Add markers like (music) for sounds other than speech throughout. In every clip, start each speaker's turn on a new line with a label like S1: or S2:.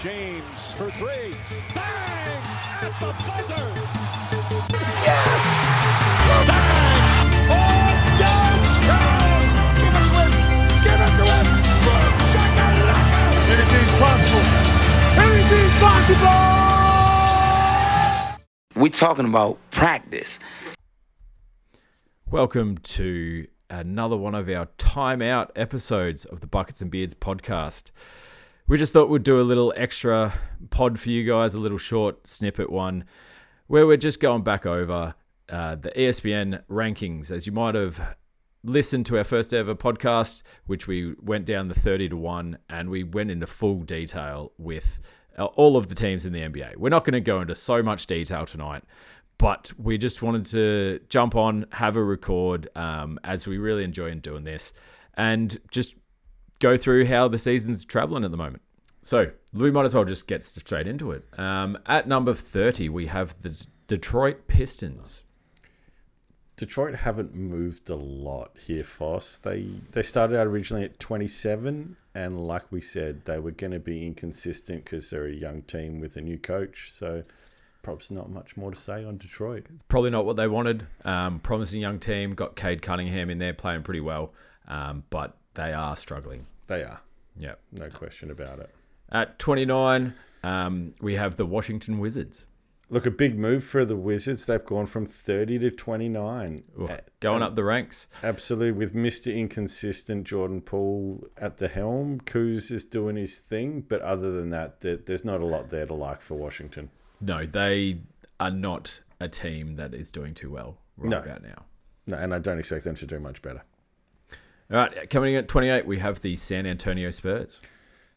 S1: James for three. Bang! At the buzzer! Yes! Bang! Oh, yes! Yes! Give it to him! Give it to him! Shakalaka! Anything's possible. Anything's possible!
S2: We're talking about practice.
S3: Welcome to another one of our timeout episodes of the Buckets and Beards podcast. We just thought we'd do a little extra pod for you guys, a little short snippet one, where we're just going back over uh, the ESPN rankings. As you might have listened to our first ever podcast, which we went down the 30 to 1, and we went into full detail with uh, all of the teams in the NBA. We're not going to go into so much detail tonight, but we just wanted to jump on, have a record, um, as we really enjoy in doing this, and just go through how the season's traveling at the moment. So we might as well just get straight into it. Um, at number thirty, we have the Detroit Pistons.
S4: Detroit haven't moved a lot here, Foss. They they started out originally at 27, and like we said, they were going to be inconsistent because they're a young team with a new coach. So Probably not much more to say on Detroit.
S3: Probably not what they wanted. Um, promising young team, got Cade Cunningham in there playing pretty well, um, but they are struggling.
S4: They are,
S3: Yeah.
S4: no question about it.
S3: At 29, um, we have the Washington Wizards.
S4: Look, a big move for the Wizards. They've gone from 30 to 29.
S3: Ooh, going up the ranks.
S4: Absolutely, with Mr. Inconsistent Jordan Poole at the helm. Kuz is doing his thing, but other than that, there- there's not a lot there to like for Washington.
S3: No, they are not a team that is doing too well right
S4: No.
S3: about now.
S4: No, and I don't expect them to do much better.
S3: All right, coming in at 28, we have the San Antonio Spurs.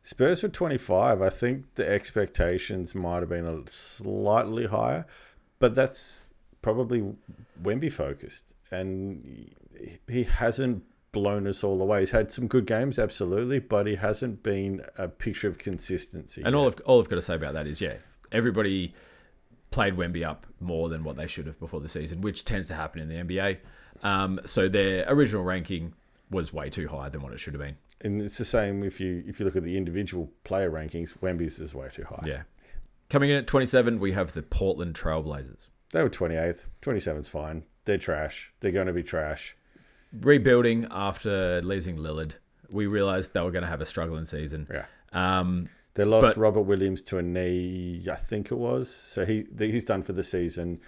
S4: Spurs were 25. I think the expectations might have been a slightly higher, but that's probably Wemby focused. And he- he hasn't blown us all away. He's had some good games, absolutely, but he hasn't been a picture of consistency.
S3: And all I've, all I've got to say about that is, yeah, everybody played Wemby up more than what they should have before the season, which tends to happen in the NBA. Um, so their original ranking was way too high than what it should have been.
S4: and it's the same if you if you look at the individual player rankings, Wemby's is way too high.
S3: Yeah. Coming in at 27, we have the Portland Trailblazers.
S4: They were 28th. 27's fine. They're trash. They're going to be trash.
S3: Rebuilding after losing Lillard, we realized they were going to have a struggling season.
S4: Yeah.
S3: Um,
S4: They lost
S3: But-
S4: Robert Williams to a knee, I think it was. So he he's done for the season.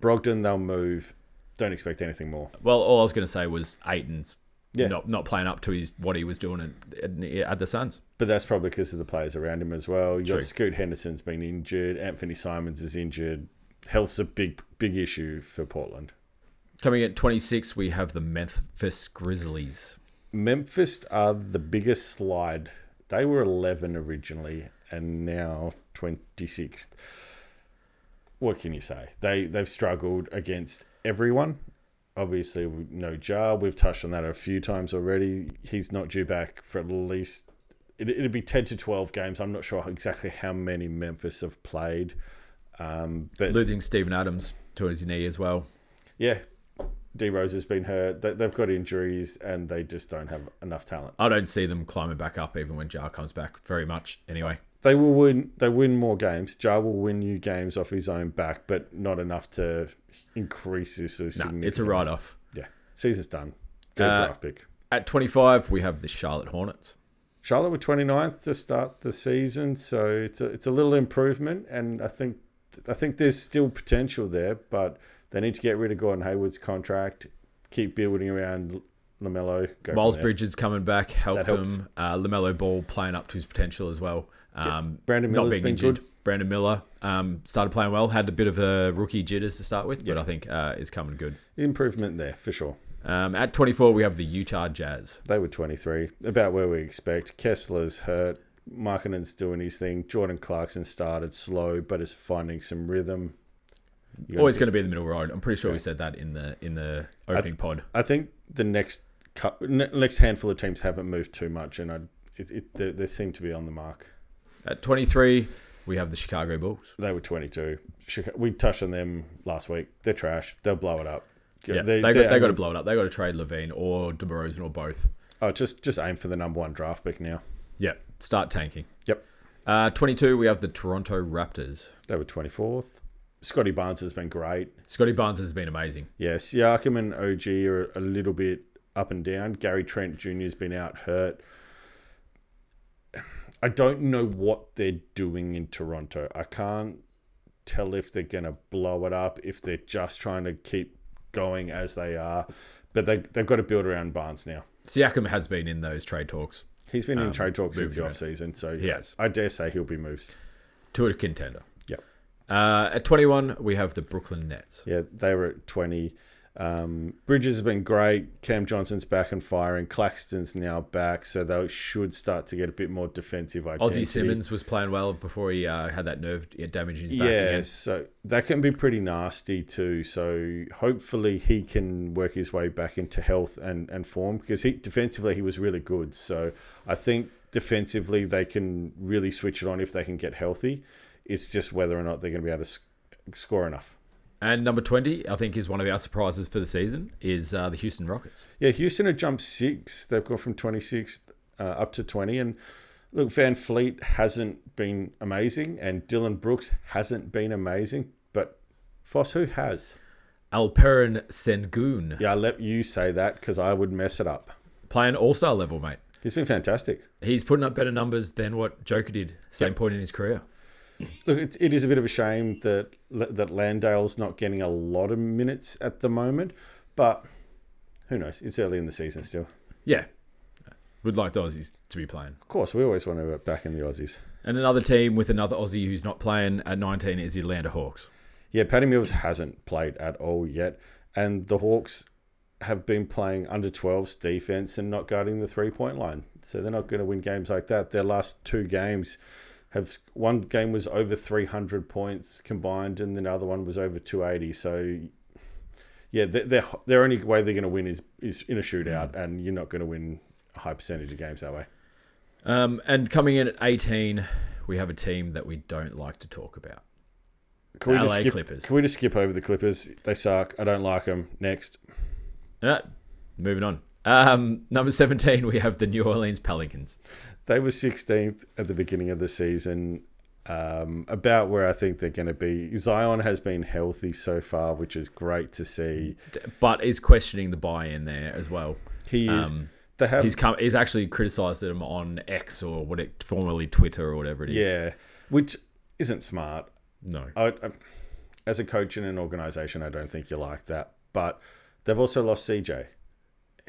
S4: Brogdon, they'll move. Don't expect anything more.
S3: Well, all I was going to say was Aiton's
S4: Yeah.
S3: not not playing up to his what he was doing at, at, at the Suns.
S4: But that's probably because of the players around him as well. You
S3: True.
S4: got Scoot Henderson's been injured. Anthony Simons is injured. Health's a big big issue for Portland.
S3: Coming at 26, we have the Memphis Grizzlies.
S4: Memphis are the biggest slide. They were 11 originally and now 26th. What can you say? They they've struggled against everyone. Obviously, we know Jar. We've touched on that a few times already. He's not due back for at least it, it'd be 10 to 12 games. I'm not sure exactly how many Memphis have played. Um, but
S3: Losing Stephen Adams to his knee as well.
S4: yeah, D Rose has been hurt. They, they've got injuries and they just don't have enough talent.
S3: I don't see them climbing back up even when Jar comes back very much. Anyway,
S4: they will win they win more games. Jar will win you games off his own back, but not enough to increase this. as
S3: nah, it's a
S4: significant-
S3: write off.
S4: Yeah, season's done. Go
S3: Uh,
S4: draft pick.
S3: At 25, we have the Charlotte Hornets.
S4: Charlotte were 29th to start the season, so it's a, it's a little improvement, and I think I think there's still potential there, but they need to get rid of Gordon Hayward's contract, keep building around Lamelo. Go from
S3: Miles
S4: there.
S3: Bridges coming back helped
S4: That helps.
S3: him. Uh, Lamelo Ball playing up to his potential as well. Um,
S4: Brandon
S3: not
S4: Miller's
S3: being
S4: been
S3: injured.
S4: good.
S3: Brandon Miller um, started playing well, had a bit of a rookie jitters to start with, but I think uh, is coming good.
S4: improvement there for sure.
S3: Um, at 24, we have the Utah Jazz.
S4: They were 23, about where we expect. Kessler's hurt. Markkinen's doing his thing. Jordan Clarkson started slow, but is finding some rhythm. You gotta
S3: Always
S4: be-
S3: going to be in the middle road. I'm pretty sure we said that in the in the opening pod.
S4: I think the next cou- ne- next handful of teams haven't moved too much, and I it, it, they, they seem to be on the mark.
S3: At 23, we have the Chicago Bulls.
S4: They were 22. Chica- We touched on them last week. They're trash. They'll blow it up.
S3: Yeah,
S4: they,
S3: they, got,
S4: they're
S3: they got to
S4: aiming-
S3: blow it up. They got to trade Levine or DeRozan or both.
S4: Oh, just just aim for the number one draft pick now.
S3: Yeah, start tanking.
S4: Yep.
S3: Uh, Uh, 22, we have the Toronto Raptors.
S4: They were 24th. Scotty Barnes has been great.
S3: Scotty Barnes has been amazing.
S4: Yeah, Siakam and OG are a little bit up and down. Gary Trent Jr. has been out hurt. I don't know what they're doing in Toronto. I can't tell if they're going to blow it up, if they're just trying to keep going as they are. But they, they've got to build around Barnes now.
S3: Siakam has been in those trade talks
S4: He's been in trade talks since the
S3: Um, moving
S4: offseason, so
S3: Yes.
S4: I dare say he'll be moves.
S3: to a contender.
S4: Yep.
S3: Uh, at 21, we have the Brooklyn Nets.
S4: Yeah, they were at 20. Um, Bridges has been great. Cam Johnson's back and firing. Claxton's now back, so they should start to get a bit more defensive identity.
S3: Ozzie Simmons was playing well before he uh, had that nerve damage in his back
S4: Yeah,
S3: again.
S4: so that can be pretty nasty too. So hopefully he can work his way back into health and, and form because he defensively he was really good. So I think defensively they can really switch it on if they can get healthy. It's just whether or not they're going to be able to sc- score enough.
S3: And number 20, I think, is one of our surprises for the season, is uh, the Houston Rockets.
S4: Yeah, Houston have jumped six. They've gone from 26th uh, up to 20. And look, Van Fleet hasn't been amazing, and Dylan Brooks hasn't been amazing. But Foss, who has?
S3: Alperen Sengun,
S4: Yeah, I let you say that because I would mess it up.
S3: playing all-star level, mate.
S4: He's been fantastic.
S3: He's putting up better numbers than what Joker did, same point in his career.
S4: Look, it, it is a bit of a shame that that Landale's not getting a lot of minutes at the moment, but who knows? It's early in the season still.
S3: Yeah. Would like the Aussies to be playing.
S4: Of course, we always want to back in the Aussies.
S3: And another team with another Aussie who's not playing at 19 is the Atlanta Hawks.
S4: Yeah, Patty Mills hasn't played at all yet, and the Hawks have been playing under 12s defense and not guarding the three point line. So they're not going to win games like that. Their last two games have one game was over 300 points combined, and then the other one was over 280. So yeah, their their- their only way they're going to win is is in a shootout, and you're not going to win a high percentage of games that way.
S3: Um, and coming in at 18, we have a team that we don't like to talk about.
S4: Can we just
S3: LA
S4: skip,
S3: Clippers.
S4: Can we just skip over the Clippers? They suck. I don't like them. Next.
S3: Uh, moving on. Um, number 17, we have the New Orleans Pelicans.
S4: they were 16th at the beginning of the season um, about where i think they're going to be zion has been healthy so far which is great to see
S3: But is questioning the buy in there as well.
S4: he is
S3: Um,
S4: they have
S3: He's come. He's actually criticised them on X or what it formerly Twitter or whatever it is.
S4: yeah which isn't smart
S3: No.
S4: I, I, as a coach in an organization i don't think you like that but they've also lost cj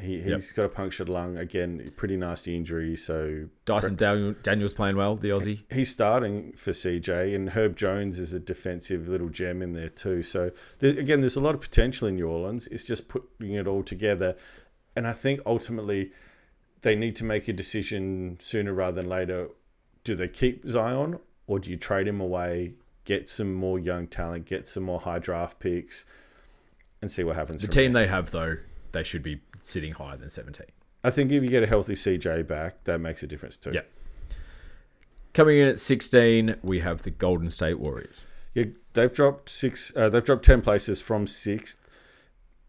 S4: he, he's got a punctured lung again pretty nasty injury so
S3: Dyson Daniel, Daniel's playing well. The Aussie.
S4: he's starting for CJ, and Herb Jones is a defensive little gem in there too. So there, again, there's a lot of potential in New Orleans. It's just putting it all together, and I think ultimately they need to make a decision sooner rather than later. Do they keep Zion or do you trade him away? Get some more young talent, get some more high draft picks, and see what happens.
S3: The
S4: from
S3: team they have though, they should be sitting higher than 17.
S4: there. I think if you get a healthy CJ back, that makes a difference too.
S3: Yeah. Coming in at 16, we have the Golden State Warriors.
S4: Yeah, they've dropped six. Uh, they've dropped ten places from sixth.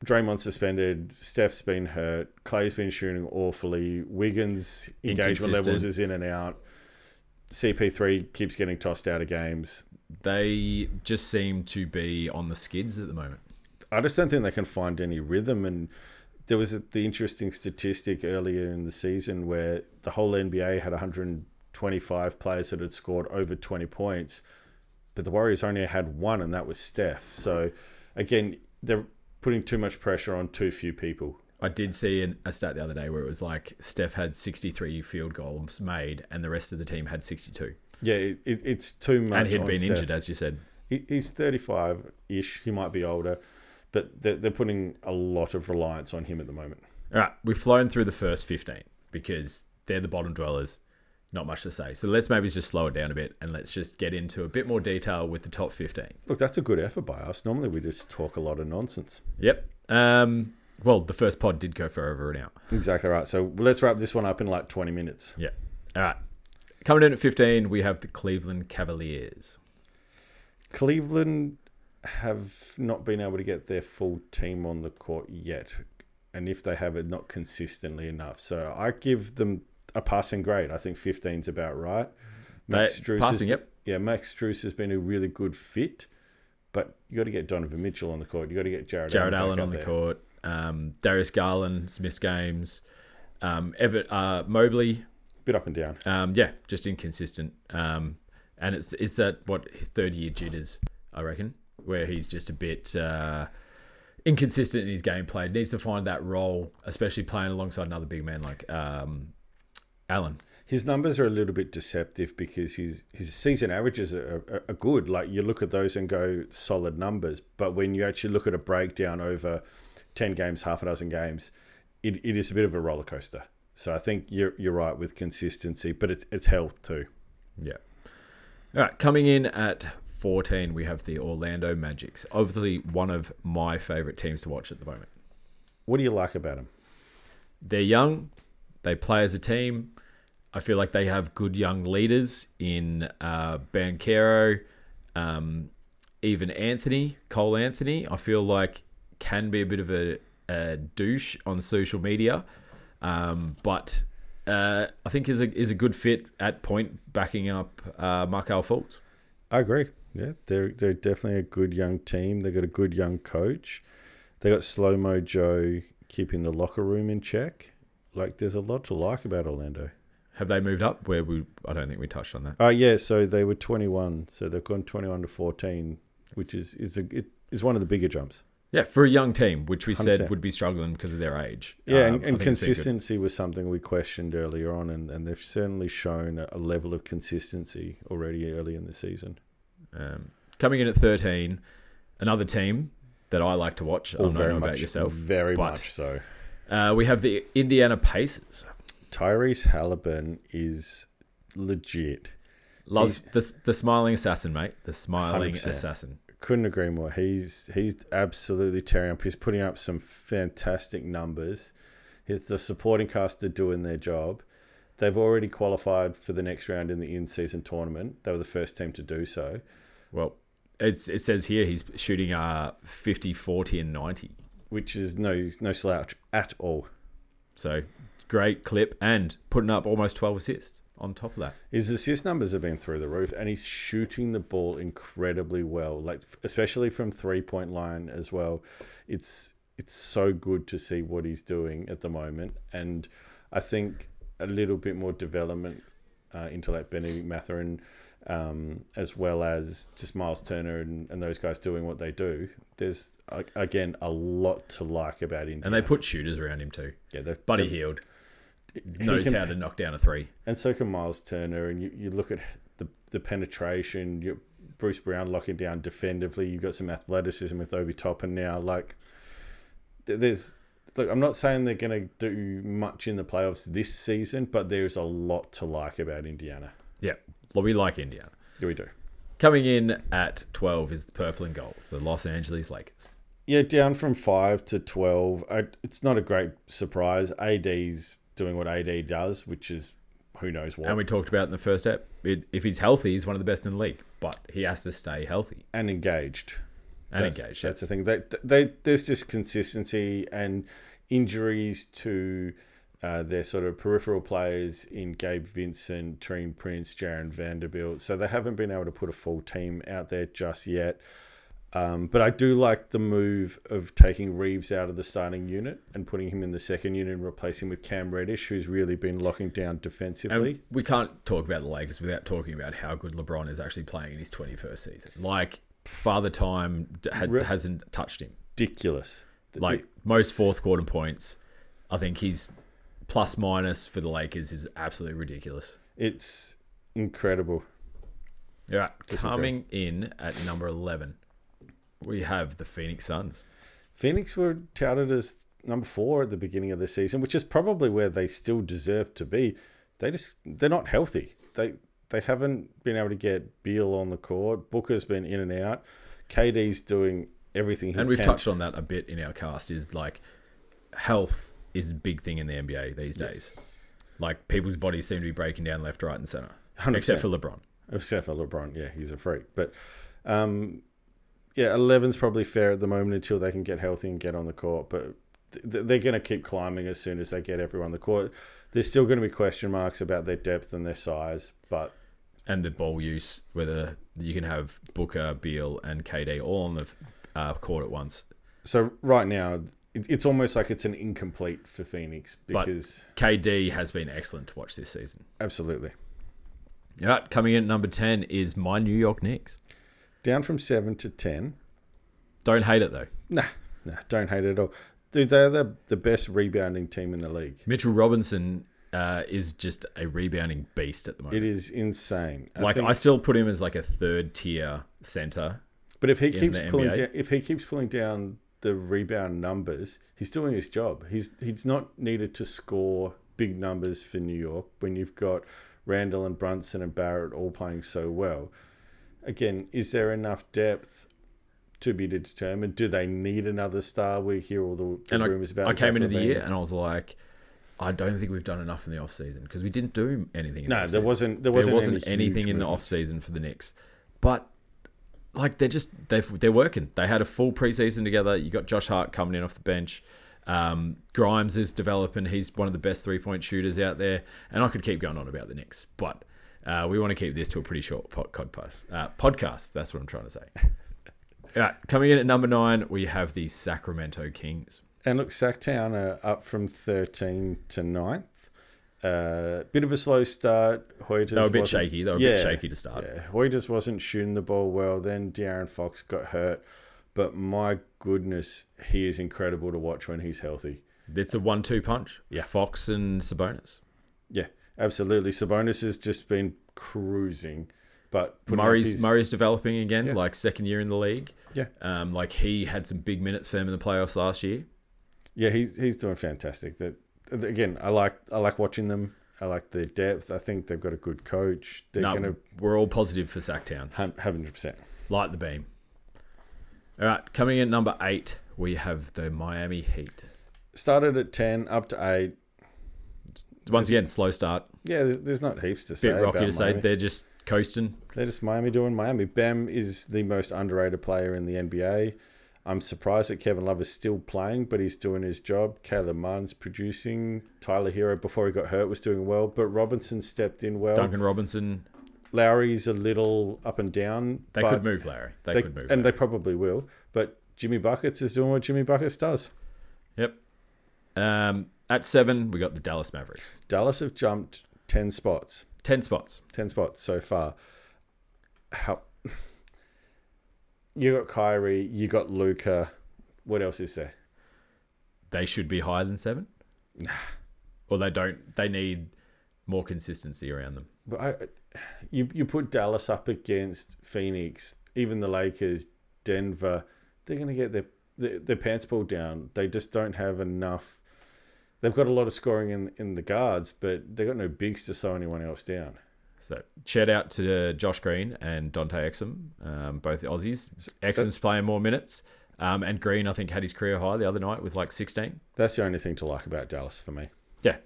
S4: Draymond suspended. Steph's been hurt. Clay's been shooting awfully. Wiggins' engagement
S3: Inconsistent.
S4: levels is in and out. CP3 keeps getting tossed out of games.
S3: They just seem to be on the skids at the moment.
S4: I just don't think they can find any rhythm. And there was the interesting statistic earlier in the season where the whole NBA had 125 players that had scored over 20 points, but the Warriors only had one, and that was Steph. So, again, they're putting too much pressure on too few people.
S3: I did see an, a stat the other day where it was like Steph had 63 field goals made and the rest of the team had 62.
S4: Yeah, it, it, it's too much.
S3: And he'd
S4: on
S3: been
S4: Steph.
S3: injured, as you said.
S4: He, he's 35 ish. He might be older, but they're, they're putting a lot of reliance on him at the moment.
S3: All right, we've flown through the first 15 because they're the bottom dwellers. Not much to say. So let's maybe just slow it down a bit and let's just get into a bit more detail with the top 15.
S4: Look, that's a good effort by us. Normally, we just talk a lot of nonsense.
S3: Yep. Um, well, the first pod did go for over an hour.
S4: Exactly right. So let's wrap this one up in like 20 minutes.
S3: Yeah. All right. Coming in at 15, we have the Cleveland Cavaliers.
S4: Cleveland have not been able to get their full team on the court yet. And if they have it, not consistently enough. So I give them a passing grade. I think 15 is about right. Max
S3: They-
S4: Struess has-
S3: Mm-hmm. passing, yep.
S4: Yeah, Max Struess has been a really good fit, but you got to get Donovan Mitchell on the court. You got to get Jared,
S3: Jared
S4: back
S3: Allen
S4: out
S3: on the
S4: there.
S3: court. Um, Darius Garland's missed games. Um, Ever uh, Mobley,
S4: Bit up and down.
S3: um, yeah, just inconsistent. Um, and it's it's that what his third year jitters, I reckon, where he's just a bit uh, inconsistent in his gameplay. Needs to find that role, especially playing alongside another big man like um, Allen.
S4: His numbers are a little bit deceptive because his his season averages are, are, are good. Like you look at those and go solid numbers, but when you actually look at a breakdown over ten games, half a dozen games, it, it is a bit of a roller coaster. So I think you're you're right with consistency, but it's it's health too.
S3: Yeah. All right, coming in at 14, we have the Orlando Magics. Obviously, one of my favorite teams to watch at the moment.
S4: What do you like about him?
S3: they're young, they play as a team. I feel like they have good young leaders in uh, Banquero, um, even Anthony Cole Anthony. I feel like can be a bit of a, a douche on social media, um, but uh, I think is a is a good fit at point backing up uh, Markel Fultz.
S4: I agree. Yeah, they're they're definitely a good young team. They've got a good young coach. They got slow mo Joe keeping the locker room in check. Like there's a lot to like about Orlando.
S3: Have they moved up? Where we I don't think we touched on that.
S4: Uh, yeah, so they were 21, so they've gone 21 to 14, which is is a, it, is one of the bigger jumps.
S3: Yeah, for a young team, which we
S4: 100%.
S3: said would be struggling because of their age.
S4: Yeah,
S3: Um,
S4: and,
S3: I
S4: and
S3: think it's a good-
S4: consistency was something we questioned earlier on, and, and they've certainly shown a- a level of consistency already early in the season.
S3: Um, coming in at 13, another team that I like to watch. I
S4: Or
S3: don't know about yourself.
S4: Oh, very
S3: but,
S4: much so.
S3: Uh, we have the Indiana Pacers.
S4: Tyrese Halliburton is legit.
S3: Loves the, the smiling assassin, mate. The smiling
S4: 100%.
S3: assassin.
S4: couldn't agree more. He's he's absolutely tearing up. He's putting up some fantastic numbers. He's the supporting cast are doing their job. They've already qualified for the next round in the in-season tournament. They were the first team to do so.
S3: Well, it's, it says here he's shooting uh, 50, 40, and 90.
S4: which is no no slouch at all.
S3: So great clip and putting up almost 12 assists on top of that.
S4: His assist numbers have been through the roof, and he's shooting the ball incredibly well, like especially from three point line as well. It's it's so good to see what he's doing at the moment, and I think a little bit more development uh, into like Benedict Matherin, um, as well as just Miles Turner and, and those guys doing what they do. There's a- again a lot to like about India.
S3: And they put shooters around him too.
S4: yeah, they've-
S3: Buddy
S4: they've-
S3: Healed knows
S4: can-
S3: how to knock down a three.
S4: and so can Miles Turner. And you, you look at the the penetration. You, Bruce Brown locking down defensively. You've got some athleticism with Obi Toppin now. Like th- there's look. I'm not saying they're going to do much in the playoffs this season, but there's a lot to like about Indiana.
S3: Yeah, we like Indiana.
S4: Yeah, we do.
S3: Coming in at 12 is the purple and gold, the Los Angeles Lakers.
S4: Yeah, down from five to twelve. I, it's not a great surprise. AD's doing what AD does, which is who knows what.
S3: And we talked about in the first step, it, if he's healthy, he's one of the best in the league, but he has to stay healthy
S4: and engaged.
S3: and
S4: that's,
S3: engaged.
S4: That's the thing. They, they, there's just consistency and injuries to uh, their sort of peripheral players in Gabe Vincent, Treen Prince, Jaron Vanderbilt. So they haven't been able to put a full team out there just yet. Um, but I do like the move of taking Reeves out of the starting unit and putting him in the second unit and replacing him with Cam Reddish, who's really been locking down defensively.
S3: and we can't talk about the Lakers without talking about how good LeBron is actually playing in his 21st season. Like, Father Time d- had,
S4: Re-
S3: hasn't touched him.
S4: Ridiculous.
S3: Like, most fourth quarter points. I think he's plus minus for the Lakers is absolutely ridiculous.
S4: it's incredible.
S3: All right, coming in at number 11, we have the Phoenix Suns.
S4: Phoenix were touted as number four at the beginning of the season, which is probably where they still deserve to be. They just they're not healthy. They they haven't been able to get Beal on the court. Booker's been in and out. KD's doing everything he
S3: and we've
S4: can.
S3: touched on that a bit in our cast is like health is a big thing in the NBA these days. Like people's bodies seem to be breaking down left, right, and center,
S4: 100%.
S3: except for LeBron.
S4: except for LeBron. Yeah, he's a freak. But um, yeah, 11's probably fair at the moment until they can get healthy and get on the court. But th- they're going to keep climbing as soon as they get everyone on the court. There's still going to be question marks about their depth and their size, but
S3: and the ball use, whether you can have Booker, Beal, and KD all on the uh, court at once.
S4: So right now, it, it's almost like it's an incomplete for Phoenix
S3: But-
S4: because
S3: KD has been excellent to watch this season.
S4: absolutely
S3: All right, coming in at number 10 is my New York Knicks.
S4: down from seven to ten.
S3: Don't hate it, though.
S4: Nah, nah, don't hate it at all. Dude, they're the, the best rebounding team in the league.
S3: Mitchell Robinson uh, is just a rebounding beast at the moment.
S4: It is insane. I
S3: like,
S4: think-
S3: I still put him as like a third tier center.
S4: but if he keeps
S3: the
S4: pulling
S3: NBA.
S4: down, if he keeps pulling down the rebound numbers, he's doing his job. He's he's not needed to score big numbers for New York when you've got Randall and Brunson and Barrett all playing so well. Again, is there enough depth? To be determined. Do they need another star? We hear all the, the
S3: And I,
S4: rumors about.
S3: I came
S4: Zach
S3: into the
S4: Levine.
S3: year and I was like, I don't think we've done enough in the offseason because we didn't do anything. In
S4: No,
S3: the
S4: there
S3: offseason.
S4: wasn't- there wasn't any huge
S3: anything in the
S4: movement.
S3: offseason for the Knicks, but like they're just they've, they're working. They had a full preseason together. You got Josh Hart coming in off the bench. Um, Grimes is developing. He's one of the best three point shooters out there, and I could keep going on about the Knicks, but. Uh, we want to keep this to a pretty short pod- podcast. Uh, podcast, that's what I'm
S4: (laughs)
S3: trying to say. All right, coming in at number nine, we have the Sacramento Kings.
S4: And look, Sacktown are up from 13 to 9th. Uh, bit of a slow start. Hoyters
S3: They were a bit
S4: wasn't-
S3: shaky. They were a bit shaky to start.
S4: Yeah. Hoyters wasn't shooting the ball well. Then De'Aaron Fox got hurt. But my goodness, he is incredible to watch when he's healthy.
S3: It's a one-two punch.
S4: Yeah.
S3: Fox and Sabonis.
S4: Yeah, absolutely. Sabonis has just been cruising. But putting up
S3: Murray's
S4: his-
S3: Murray's developing again, like second year in the league.
S4: Yeah.
S3: Um, like he had some big minutes for them in the playoffs last year.
S4: Yeah, he's he's doing fantastic. That again, I like I like watching them. I like their depth. I think they've got a good coach. They're
S3: No,
S4: gonna
S3: we're all positive for Sacktown.
S4: hun- 100%.
S3: Light the beam. All right, coming in at number eight, we have the Miami Heat.
S4: started at 10 up to 8
S3: Once again, slow start.
S4: yeah there's, there's not heaps to say
S3: Bit rocky
S4: about
S3: to say.
S4: Miami.
S3: They're just coasting.
S4: they're just miami doing miami bam is the most underrated player in the nba i'm surprised that kevin love is still playing but he's doing his job caleb Martin's producing tyler hero before he got hurt was doing well but robinson stepped in well
S3: Duncan Robinson.
S4: lowry's a little up and down
S3: They
S4: but
S3: could move Larry. They,
S4: they-
S3: could move.
S4: and
S3: Larry.
S4: they probably will but jimmy buckets is doing what jimmy buckets does
S3: yep. Um, at seven, we got the Dallas Mavericks.
S4: dallas have jumped 10 spots
S3: Ten spots.
S4: 10 spots so far. How you got Kyrie, you got Luca. What else is there?
S3: they should be higher than
S4: (sighs)
S3: seven. Or they don't. They need more consistency around them.
S4: But I, you you put Dallas up against Phoenix, even the Lakers, Denver. They're going to get their, their their pants pulled down. They just don't have enough. They've got a lot of scoring in in the guards, but they've got no bigs to slow anyone else down.
S3: So shout out to Josh Green and Dante Exum, um, both Aussies. Exum's playing more minutes, um, and Green I think had his career high the other night with like sixteen.
S4: That's the only thing to like about Dallas for me.
S3: Yeah,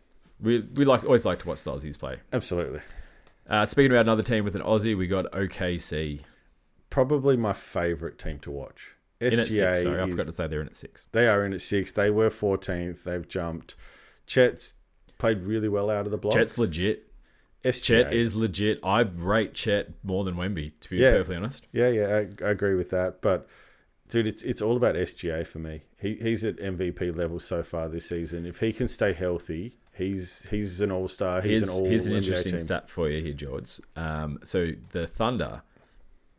S3: we we like always like to watch the Aussies play.
S4: Absolutely.
S3: Uh, speaking about another team with an Aussie, we got OKC
S4: Probably my favorite team to watch. SGA
S3: in at six. Sorry, I
S4: is
S3: forgot to say they're in at six.
S4: They are in at six. They were 14th. They've jumped. Chet's played really well out of the blocks.
S3: Chet's legit.
S4: SGA.
S3: Chet is legit. I rate Chet more than Wemby, to be
S4: Yeah.
S3: perfectly honest.
S4: Yeah, yeah, I, I agree with that. But dude, it's it's all about SGA for me. He he's at MVP level so far this season. If he can stay healthy, he's he's an all star. He's
S3: here's,
S4: an all
S3: here's an
S4: NBA
S3: interesting
S4: team.
S3: stat for you here, George. Um, so the Thunder,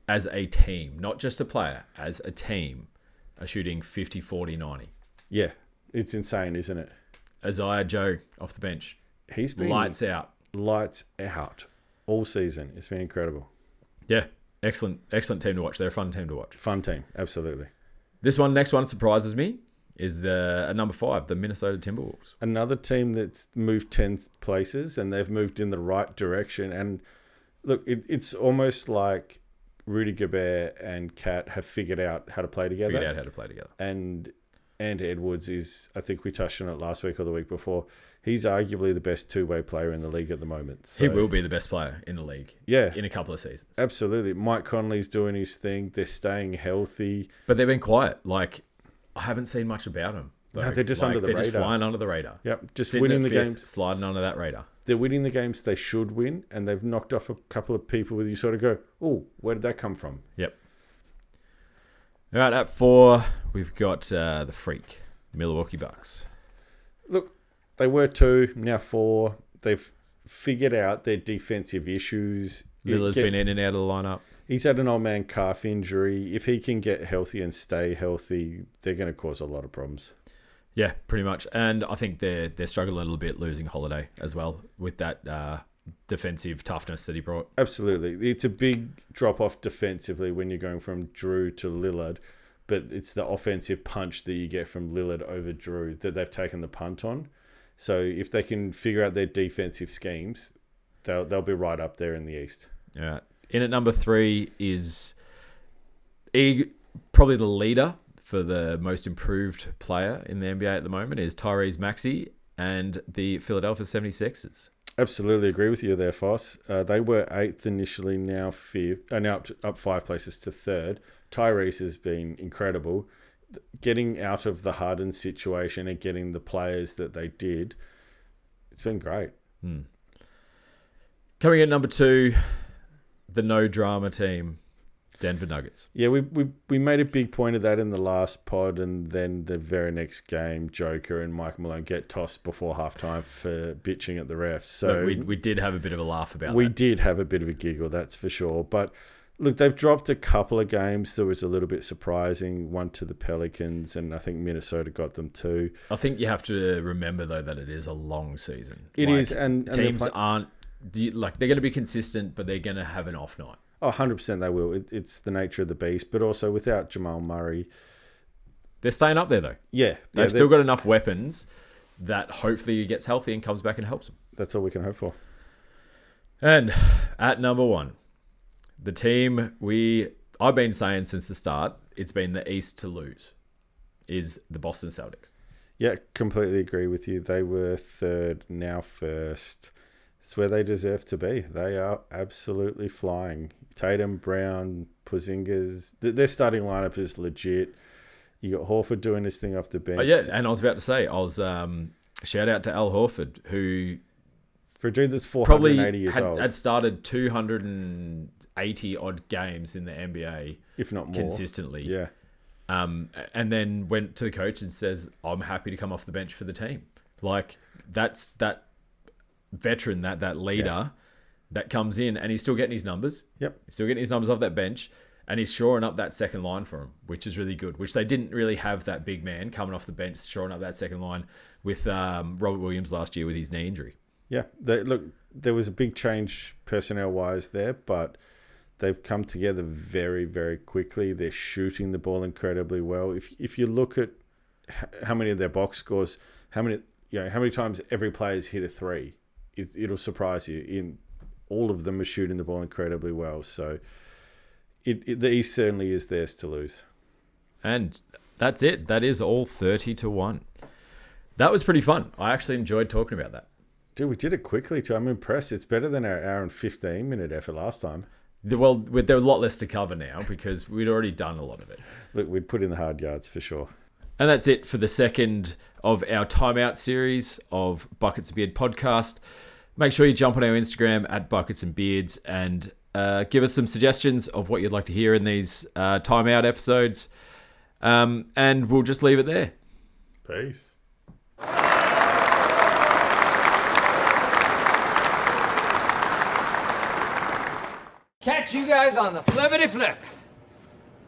S3: as a team, not just a player, as a team, are shooting 50, 40, 90.
S4: Yeah, it's insane, isn't it?
S3: Isaiah Joe off the bench,
S4: He's been
S3: lights out.
S4: lights out all season. It's been incredible.
S3: Yeah, excellent, excellent team to watch. They're a fun team to watch.
S4: Fun team, absolutely.
S3: This one, next one, surprises me is the at number five, the Minnesota Timberwolves.
S4: another team that's moved 10 places and they've moved in the right direction. And look, it, it's almost like Rudy Gobert and Cat have figured out how to play together.
S3: Figured out how to play together.
S4: And and Edwards is, I think we touched on it last week or the week before. He's arguably the best two way player in the league at the moment. So,
S3: He will be the best player in the league.
S4: Yeah.
S3: in a couple of seasons.
S4: Absolutely. Mike Conley's doing his thing. They're staying healthy.
S3: But they've been quiet. Like I haven't seen much about them.
S4: No, they're just under the
S3: they're Just
S4: radar.
S3: flying under the radar.
S4: Yep. Just
S3: Sitting
S4: winning
S3: at
S4: the
S3: fifth,
S4: games.
S3: sliding under that radar.
S4: They're winning the games they should win, and they've knocked off a couple of people where you sort of go, oh, where did that come from?
S3: Yep. All right, at four, we've got uh, the freak, Milwaukee Bucks.
S4: Look, they were two, now four. They've figured out their defensive issues. You
S3: Lillard's
S4: get-
S3: been in and out of the lineup.
S4: He's had an old man calf injury. If he can get healthy and stay healthy, they're going to cause a lot of problems.
S3: Yeah, pretty much. And I think they're they're struggling a little bit losing Holiday as well with that uh, defensive toughness that he brought.
S4: Absolutely. It's a big drop off defensively when you're going from Drew to Lillard, but it's the offensive punch that you get from Lillard over Drew that they've taken the punt on. So if they can figure out their defensive schemes, they'll, they'll be right up there in the East.
S3: All right. In at number three is E- probably the leader for the most improved player in the NBA at the moment is Tyrese Maxey and the Philadelphia 76ers.
S4: Absolutely agree with you there, Foss. Uh, they were eighth initially, now fifth, uh, now up, to, up five places to third. Tyrese has been incredible. Th- Getting out of the Harden situation and getting the players that they did, it's been great.
S3: Coming in number two, the no drama team, Denver Nuggets.
S4: Yeah, we, we, we made a big point of that in the last pod, and then the very next game, Joker and Mike Malone get tossed before halftime for bitching at the refs. So
S3: But we, we did have a bit of a laugh about
S4: we
S3: that.
S4: did have a bit of a giggle, that's for sure. But look, they've dropped a couple of games that was a little bit surprising. One to the Pelicans, and I think Minnesota got them too.
S3: I think you have to remember though that it is a long season.
S4: It
S3: It
S4: is,
S3: is,
S4: and- and they're
S3: teams
S4: play-
S3: aren't the- like they're going to be consistent, but they're going to have an off night.
S4: Oh, 100% they will. It, it's the nature of the beast. But also without Jamal Murray,
S3: They're staying up there though.
S4: yeah,
S3: They've
S4: yeah,
S3: still
S4: they-
S3: got enough weapons that hopefully he gets healthy and comes back and helps them.
S4: that's all we can hope for.
S3: And at number one, the team we I've been saying since the start, it's been the East to lose, is the Boston Celtics.
S4: Yeah, completely agree with you. They were third, now first. It's where they deserve to be. They are absolutely flying. Tatum, Brown, Porzingis. th- Their starting lineup is legit. You got Horford doing his thing off the bench.
S3: Uh, yeah, and I was about to say, I was um, shout out to Al Horford who
S4: For a dude that's
S3: probably
S4: 480 years
S3: had,
S4: old,
S3: had started 280 odd games in the NBA
S4: if not more.
S3: consistently.
S4: Yeah.
S3: Um, and then went to the coach and says, "I'm happy to come off the bench for the team." Like that's that veteran, that that leader that comes in, and he's still getting his numbers.
S4: Yep.
S3: He's still getting his numbers off that bench, and he's shoring up that second line for him, which is really good. Which they didn't really have that big man coming off the bench shoring up that second line with um, Robert Williams last year with his knee injury.
S4: Yeah. They, look, there was a big change personnel wise there, but they've come together very, very quickly. They're shooting the ball incredibly well. If if you look at h- how many of their box scores, how many you know, how many times every player's hit a three, it, it'll surprise you. In all of them are shooting the ball incredibly well. So it, it the East certainly is theirs to lose.
S3: And that's it. That is all 30 to 1. That was pretty fun. I actually enjoyed talking about that.
S4: Dude, we did it quickly too. I'm impressed. It's better than our hour and 15 minute effort last time.
S3: The- Well, we- there was a lot less to cover now because we'd already done a lot of it.
S4: Look, we'd put in the hard yards for sure.
S3: And that's it for the second of our timeout series of Buckets and Beard podcast. Make sure you jump on our Instagram at Buckets and Beards and uh, give us some suggestions of what you'd like to hear in these uh, timeout episodes. Um, and we'll just leave it there.
S4: Peace.
S5: Catch you guys on the flippity flip.